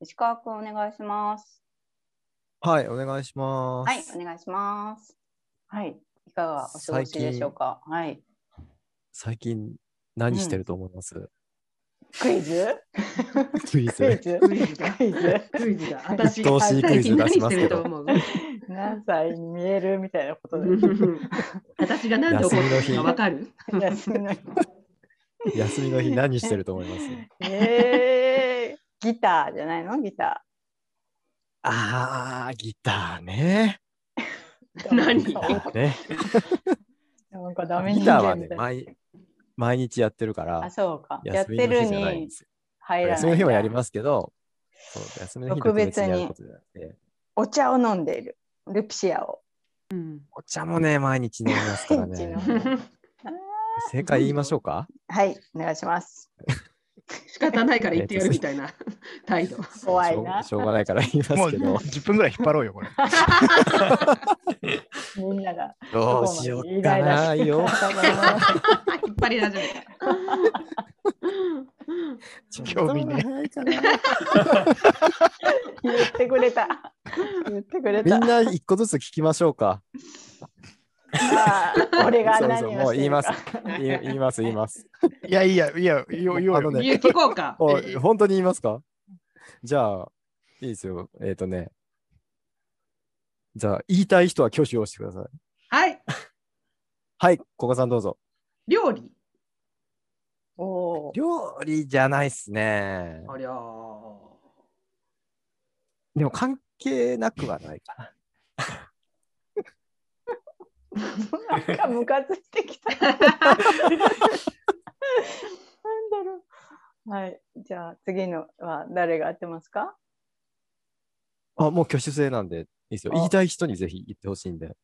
石川くんお願いします。はい、お願いしまはい、す。お願いします。はい、いかがお過ごしでしょうか。はい、最近何してると思います、クイズ。 ククイイズ。ズ。クイズだ。クイズ。クイズだ。私、投資クイズ出何ししますてけるとど。思う何歳に見えるみたいなことで。私が何で怒ってるかわかる休みの日。休みの日何してると思いますええ ギターじゃないの、ギタあー、ギターね。ー。何ギターね。なんかダメギ人ターは間みねたい、な。毎毎日やってるかあ、ら、そうか。やっ休みてのる日じゃないんにですよ。入らない。休みの日はやりますけど、そう休みの日特特別別ににやることじゃなくて、お茶を飲んでいる。ルピシアを。うんお茶もね、毎日飲みますから毎日飲ねむ。正解言いましょうかはい、お願いします。仕方ないから言ってやるみたいな態度。怖いなしょうしょうがないから言いまもすうけど。 10分ぐらい引っ張ろうよ、これ。みんなが。どうしようかな。よ。引っ張り出しめた。興味ね。言ってくれた。言ってくれみた。んな一個ずつ聞きましょう か。ああ俺が何をしてるかそうそうもう言います。言い言います、言います。いやいや、いや、いよいよあの ね有機効果。お本当に言いますかじゃあ、いいですよ。えっ、とね。じゃあ、言いたい人は挙手をしてください。はい。はい、ここさんどうぞ。料理。おお。料理じゃないっすね。ありゃー。でも関係なくはないかな。 なんかムカついてきた。なんだろう。はい。じゃあ次のは誰が当てますかあ、もう挙手制なんで、いいですよ。あ言いたい人にぜひ言ってほしいんで。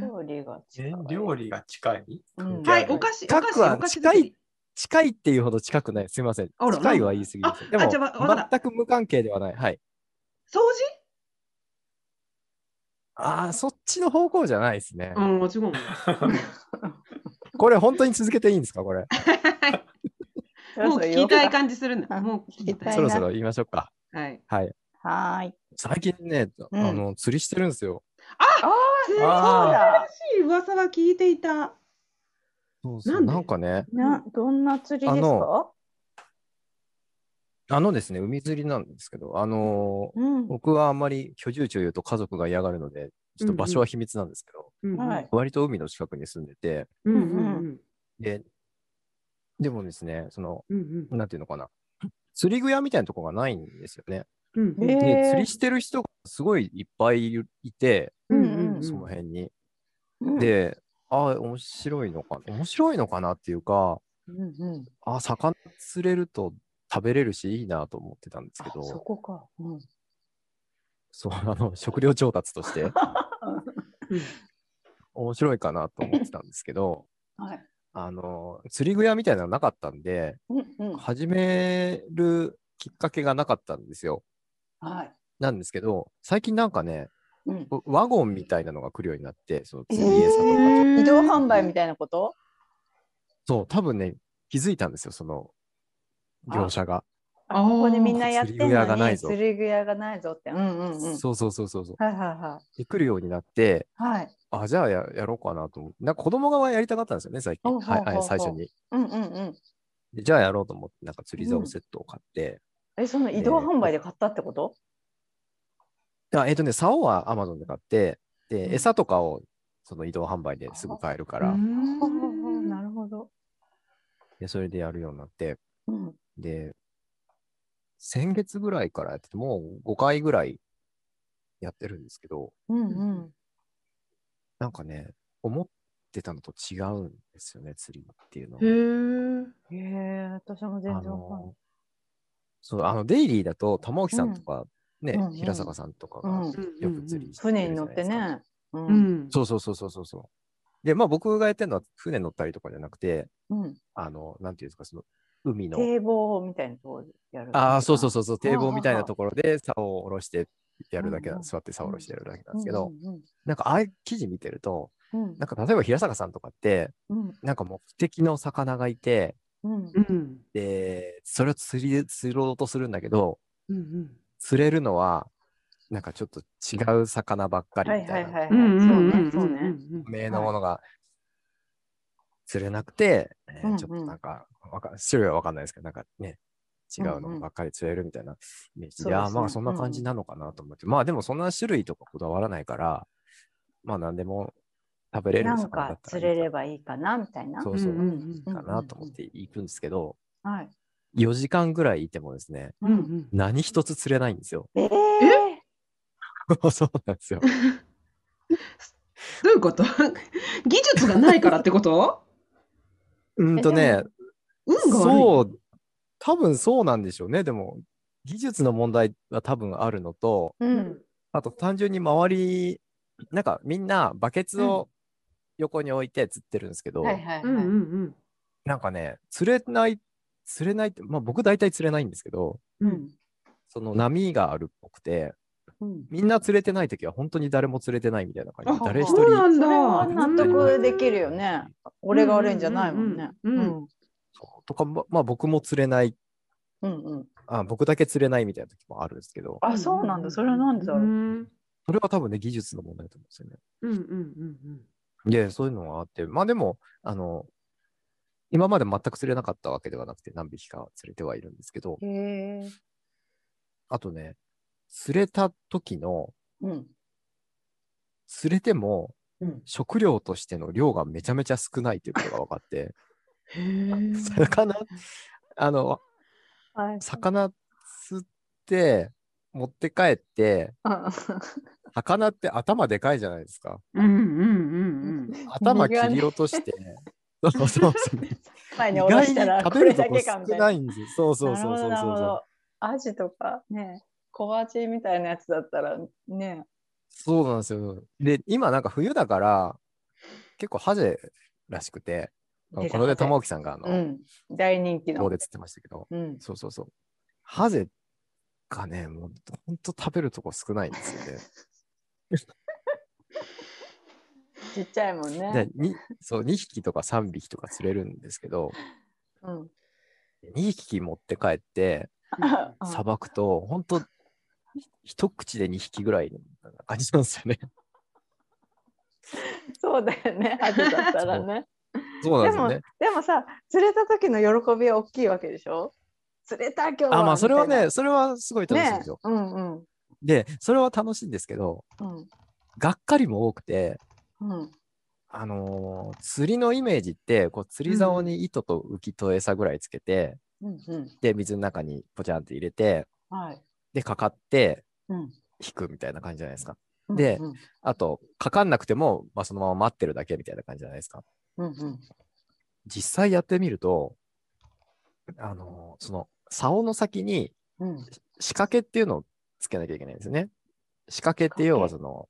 料理が近い。料理が近いうんはい、お菓子。お近菓く子。はお菓子近い作り。近いっていうほど近くない。すみません。あら近いは言い過ぎですよ。あであもじゃあわわかっ、全く無関係ではない。はい。掃ああ、そっちの方向じゃないですね。除。うん、もちろん。これ本当に続けていいんですかこれ。もう聞きたいじ。感じするんだ。もう聞きた。はいそろそろ言いましょうか。はい。はい。はーい。最近ね、うんあの、釣りしてるんですよ。あ素あ、そう晴だら。しい噂は聞いていた。そうそうなんかね、な、どんな釣りですあかの。あのですね、海釣りなんですけど、あのーうん。僕はあんまり居住地を言うと家族が嫌がるので、ちょっと場所は秘密なんですけど、うんうんはい。割と海の近くに住んでて、うんうんで、でもですね、その、うんうんなんていうのかな、釣り具屋みたいなとこがないんですよね。うんうんえでー、釣りしてる人がすごいいっぱいいて、うんうんその辺に。うん、で、ああ、面白いのかな。面白いのかなっていうか、うんうん。ああ、魚釣れると食べれるしいいなと思ってたんですけあど、そこか。うん。そうあの食料調達 としてうん面白いかなと思ってたんですけど、はい。あの釣り具屋みたいなのなかったんで、うんうん。始めるきっかけがなかったんですよ。はい。なんですけど、最近なんかね、うん。ワゴンみたいなのが来るようになって、その釣り餌とかちょっと、移動販売みたいなこと。そう、多分ね、気づいたんですよ、その業者が。あここでみんなやってんの釣り具屋がなにいぞ釣り具屋がないぞって。うんうんうん。そうそうそうそうそう。はいはで、来るようになって、いはい。はい。あ、じゃあややろうかなと思って、なんか子供側やりたかったんですよね、最近。ほうほうほうほうはい、はい最初に。うんうんうん。でじゃあやろうと思って、なんか釣り竿うんセットを買って、え、その移動販売で買ったってこと。あえっ、とね、竿は Amazon で買って、うんで、餌とかをその移動販売ですぐ買えるから、ほうほうほうなるほど。でそれでやるようになって、うん。で、先月ぐらいからやってて、もう5回ぐらいやってるんですけど、うんうん。なんかね、思ってたのと違うんですよね、釣りっていうのは。へえ。へえ、私も全あ然わかんない。のそうあのデイリーだと玉置さんとか、ねうんうん平坂さんとかうがんよく釣りしてるじ船ゃないにですか乗ってね。う。うんん。そうそうそうそうそうそうでまあ僕がやってるのは船乗ったりとかじゃなくてうん。あのなんていうんですかその海の堤防みたいなところでやる。ああそうそうそそうそう堤防みたいはあはあなところで竿を下ろしてやるだけうんなうん座って竿を下ろしてやるだけうなんでんすけど、うんなんかああいう記事見てるとうん。なんか例えば平坂さんとかってうん。なんか目的の魚がいてうんうん。で、それを釣り、釣ろうとするんだけど、うんうん。釣れるのは、なんかちょっと違う魚ばっかりはみいたはいいな。はいはい。うんうそんううんね、そうね。うん有名なものが釣れなくて、えーうんうんちょっとなんか、わか種類はわかんないですけど、なんかね、違ううんうのんばっかり釣れるみたいなイメージそで、うですねあーまあそんな感じなのかなと思って、まあでもそんな種類とかこだわらないから、まあ何でも食べれるなん魚だかったら釣れればばいいかなみたいな。そうそううんうんうんかなと思って行くんですけど、はい。 4時間ぐらいいてもですね、うんうん。何一つ釣れないんですよ。 えー、そうな んですよ。どういうこと技術がないからってことうんとね、運が悪い。そう、多分そうなんでしょうね。でも、技術の問題は多分あるのと、ううんん。。あと単純に周り、なんかみんなバケツを横に置いて釣ってるんですけど、はいはいうんうはんなんかね、釣れない、釣れないって、まあ僕大体釣れないんですけど、うん。うい。ん。その波があるっぽくて、うん。みんな釣れてないときは本当に誰も釣れてないみたいな感じで、あ誰一そう人、なんそだ。れは納得できるようねん。俺が悪いんじゃないもんね。うんうんうんそうとか、ままあ僕も釣れない、うんうん。あ僕だけ釣れないみたいな時もあるんですけど、あ、そうなんだ。それはなんでだろうう。んそれは多分ね、技術の問題だと思うんですよね。うんうんうんで、そういうのがあって、まあでも、あの、今まで全く釣れなかったわけではなくて、何匹か釣れてはいるんですけど、へえ。あとね、釣れた時の、うん。釣れてもうん。食料としての量がめちゃめちゃ少ないということが分かって、うん。へえ。魚、あの、はい。魚釣って、持って帰って、あ魚って頭でかいじゃないですか。うんうんうんうん。頭身切がねり落として、そうそうそう。前意に下ろ外しにたら、食こべれるとだこけかみた少いなな。いんですよ。そうそうそうそうそうなるほどなるほそう。どアジとかね、小アジみたいなやつだったらね、そうなんですよ。で、今なんか冬だから、結構ハゼらしくて、あの出たハこの間ゼ玉置さんがあの、うん、大人気棒ので。釣ってましたけど、うん、そうそうそう。ハゼがね、もうほんと食べるとこ少ないんですよね。ちっちゃいもんね で。にそう2匹とか3匹とか釣れるんですけど、うん、 2匹持って帰って、あさばくと、ほんと、一口で2匹ぐらいの感じなんですよね。そうだよね、アジだったらね。そうでなんですよもね。でもさ、釣れた時の喜びは大きいわけでしょ釣れた今日はあ、まあ、それはみたいね、それはすごい楽しいなんねですよ。うんうんで、それは楽しいんですけど、うんがっかりも多くて、うんあのー釣りのイメージってこう釣り竿に糸と浮きと餌ぐらいつけて、うんうんで水の中にポチャンって入れてはい。でかかってうん引くみたいな感じじゃないですかうんでうんあとかかんなくても、まあ、そのまま待ってるだけみたいな感じじゃないですかうんうん実際やってみるとあのーその竿の先にうん仕掛けっていうのをつけなきゃいけないんですよね仕掛けって仕掛け要はその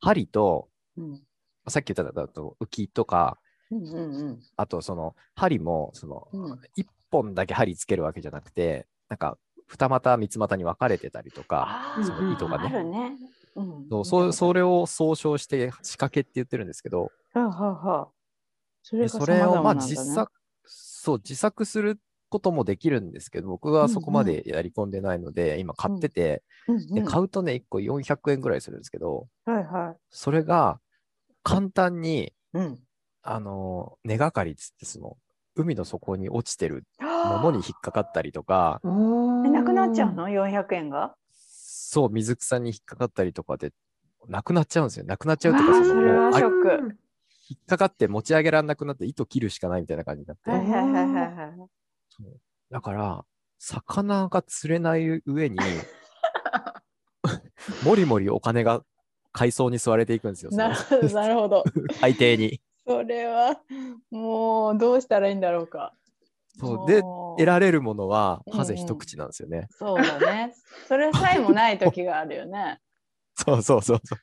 針とうんさっき言っただと浮きとかうんうんあとその針もそのうんうん一本だけ針つけるわけじゃなくて、なんか二股三つ股に分かれてたりとか、あその糸があね。るね。うんそうそうそれを総称して仕掛けって言ってるんですけど、はあはあはあ。そでれがそれを様々なまあんだね実作、そう、自作することもできるんですけど、僕はそこまでやり込んでないので、今買ってて、うんでうん買うとね、1個400円ぐらいするんですけど、はいはそれが簡単に、い。うん。あの、根がかりっつって、その、海の底に落ちてるものに引っかかったりとか、おえなくなっちゃうの400円がそう、水草に引っかかったりとかで、なくなっちゃうんですよ。なくなっちゃうあとか、ーそのそれはもうあショッ引ク。っかかって持ち上げられなくなって、糸切るしかないみたいな感じになって。はいはいはいはいはい。だから、魚が釣れない 上に、もりもりお金が海藻に吸われていくんですよ。そのななるほど。海底に。それはもうどうしたらいいんだろうか。そうで、もう得られるものは、うんうんハゼ一口なんですよね。そうだね。それさえもない時があるよ ね。そうそうそう そう。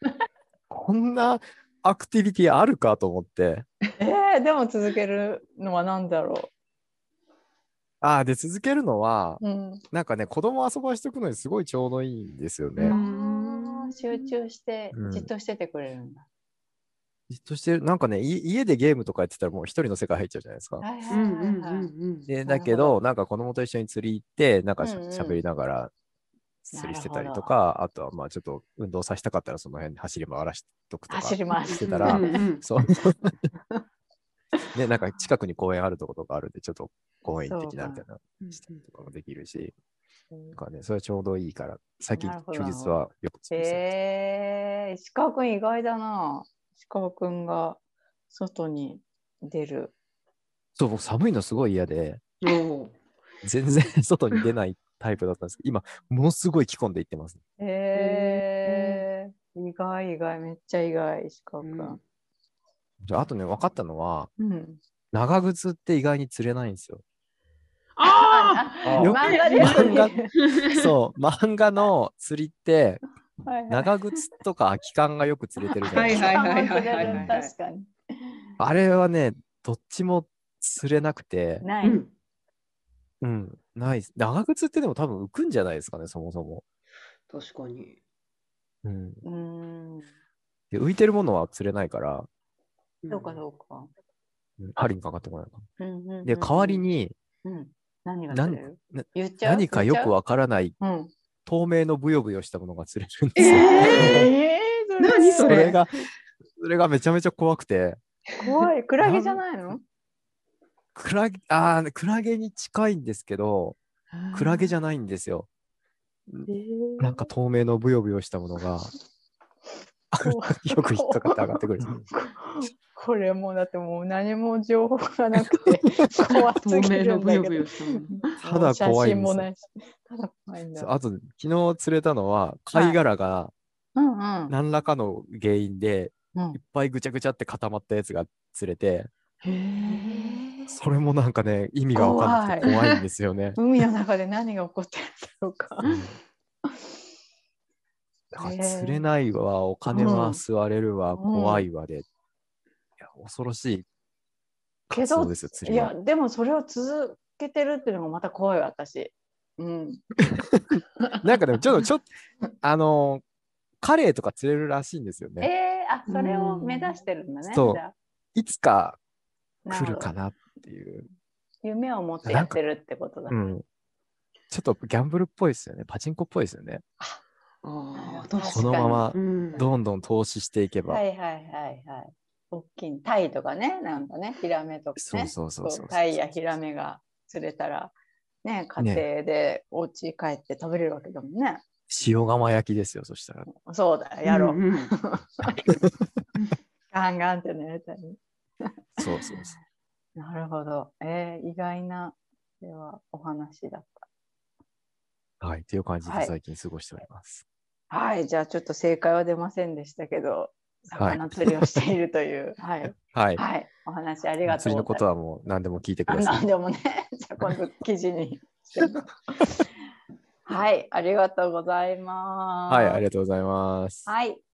こんなアクティビティあるかと思って。えー、でも続けるのは何だろああ、で、続けるのは、う。うん。なんかね、子供遊ばしとくのにすごいちょうどいいんですよね。うんあー集中してうんじっとしててくれるんだ。じっとしてる、なんかね、い家でゲームとかやってたらもう一人の世界入っちゃうじゃないですか。はいはういはんいうんうはいんうん。で、なだるほどけど、なんか子供と一緒に釣り行って、なんかしゃ,、うんうんべりながら釣りしてたりとか、あとはまあちょっと運動させたかったらその辺で走り回らしとくとか。走り回ししててたたらら、うんうんそう。ね、なんか近くに公園あるとことがあるんで、ちょっと公園行ってきなみたいなしたりとかもできるし、なんかね、それはちょうどいいから、最近なるほど休日はよく釣りしてますへえ石川くん意外だな。石川くんが外に出る。そう、僕寒いのすごい嫌で、おー全然外に出ないタイプだったんですけど、今、ものすごい着込んでいってます。へえ意外意外めっちゃ意外石川くん。じゃああとね、分かったのは、うん。長靴って意外に釣れないんで すよ。ああよく漫画です漫画ね。ーそう、漫画の釣りって、はいはい長靴とか空き缶がよく釣れてるじゃないですか。はいはいはいはいはい確かに。あれはね、どっちも釣れなくて、なうい。んうん、ないです。長靴ってでも多分浮くんじゃないですかね、そもそも。確かに。うん、うーん。で浮いてるものは釣れないから、そうかそうか。うん針にかかってこないかうんうんうんうら。んで、代わり、にうん、何が取れるなん言っちゃう何かよくわからない言っちゃう透明のブヨブヨしたものが釣れるんえですよ。うん。ーえー 何そそれが、それがめちゃめちゃ怖くて、怖い。クラゲじゃないのクラゲ、あークラゲに近いんですけど、クラゲじゃゃないんですよ。えーなんか透明のブヨブヨしたもの が、よく引っかかって上がってくる。これもうだってもう何も情報がなく て怖す透ぎ明るのんブだヨけブどヨしたもの。ただ怖いん写真ですよもないし。ただ怖いんそうだ。あと、昨日釣れたのは、貝殻がうんうん。何らかの原因で、うんいっぱいぐちゃぐちゃって固まったやつが釣れて、へーそれもなんかね、意味がわかんなくて怖怖いんですよね。海の中で何が起こってるんだろうか。 だからへえ釣れないわ、お金はうん吸われるわ、ん怖いわで、いや恐ろしいけ活動どですよ、釣いりはや。でもそれを続けてるっていうのがまた怖いわ私。うん。なんかでもちょっと、ちょっと、 あのー、カレイとか釣れるらしいんですよね。えー、あそれを目指してるんだね。そうじゃいつかあ来るなほかなっていう。ど夢を持ってやってるってことだ。うん。ちょっとギャンブルっぽいですよね。パチンコっぽいですよね。あー確確かこにのままかにうんどんどん投資していけば。はいはいはいはい。大きいタイとかね、なんかね、ヒラメとかそうね。そうそうこそううタイやヒラメが釣れたら、ね、家庭でお家帰って食べれるわけだもんね。塩釜焼きですよ、そしたら。そうだ、やろう。んん ガンガンって寝れたり。そうそうそなるほど。えー、意外な、では、お話だっう。はい。っていう感じはでい最近過ごしております。た。はい、じゃあちょっと正解は出ませんでしたけど、はい魚釣りをしていると いう、はい、はい、はい。お話ありがとう釣りのござこといはもう何でも聞いてくまだす。さ何い。でもね、じゃあ今度記事に してみよう。はい、ありがとうございます。はい、ありがとうございます。はい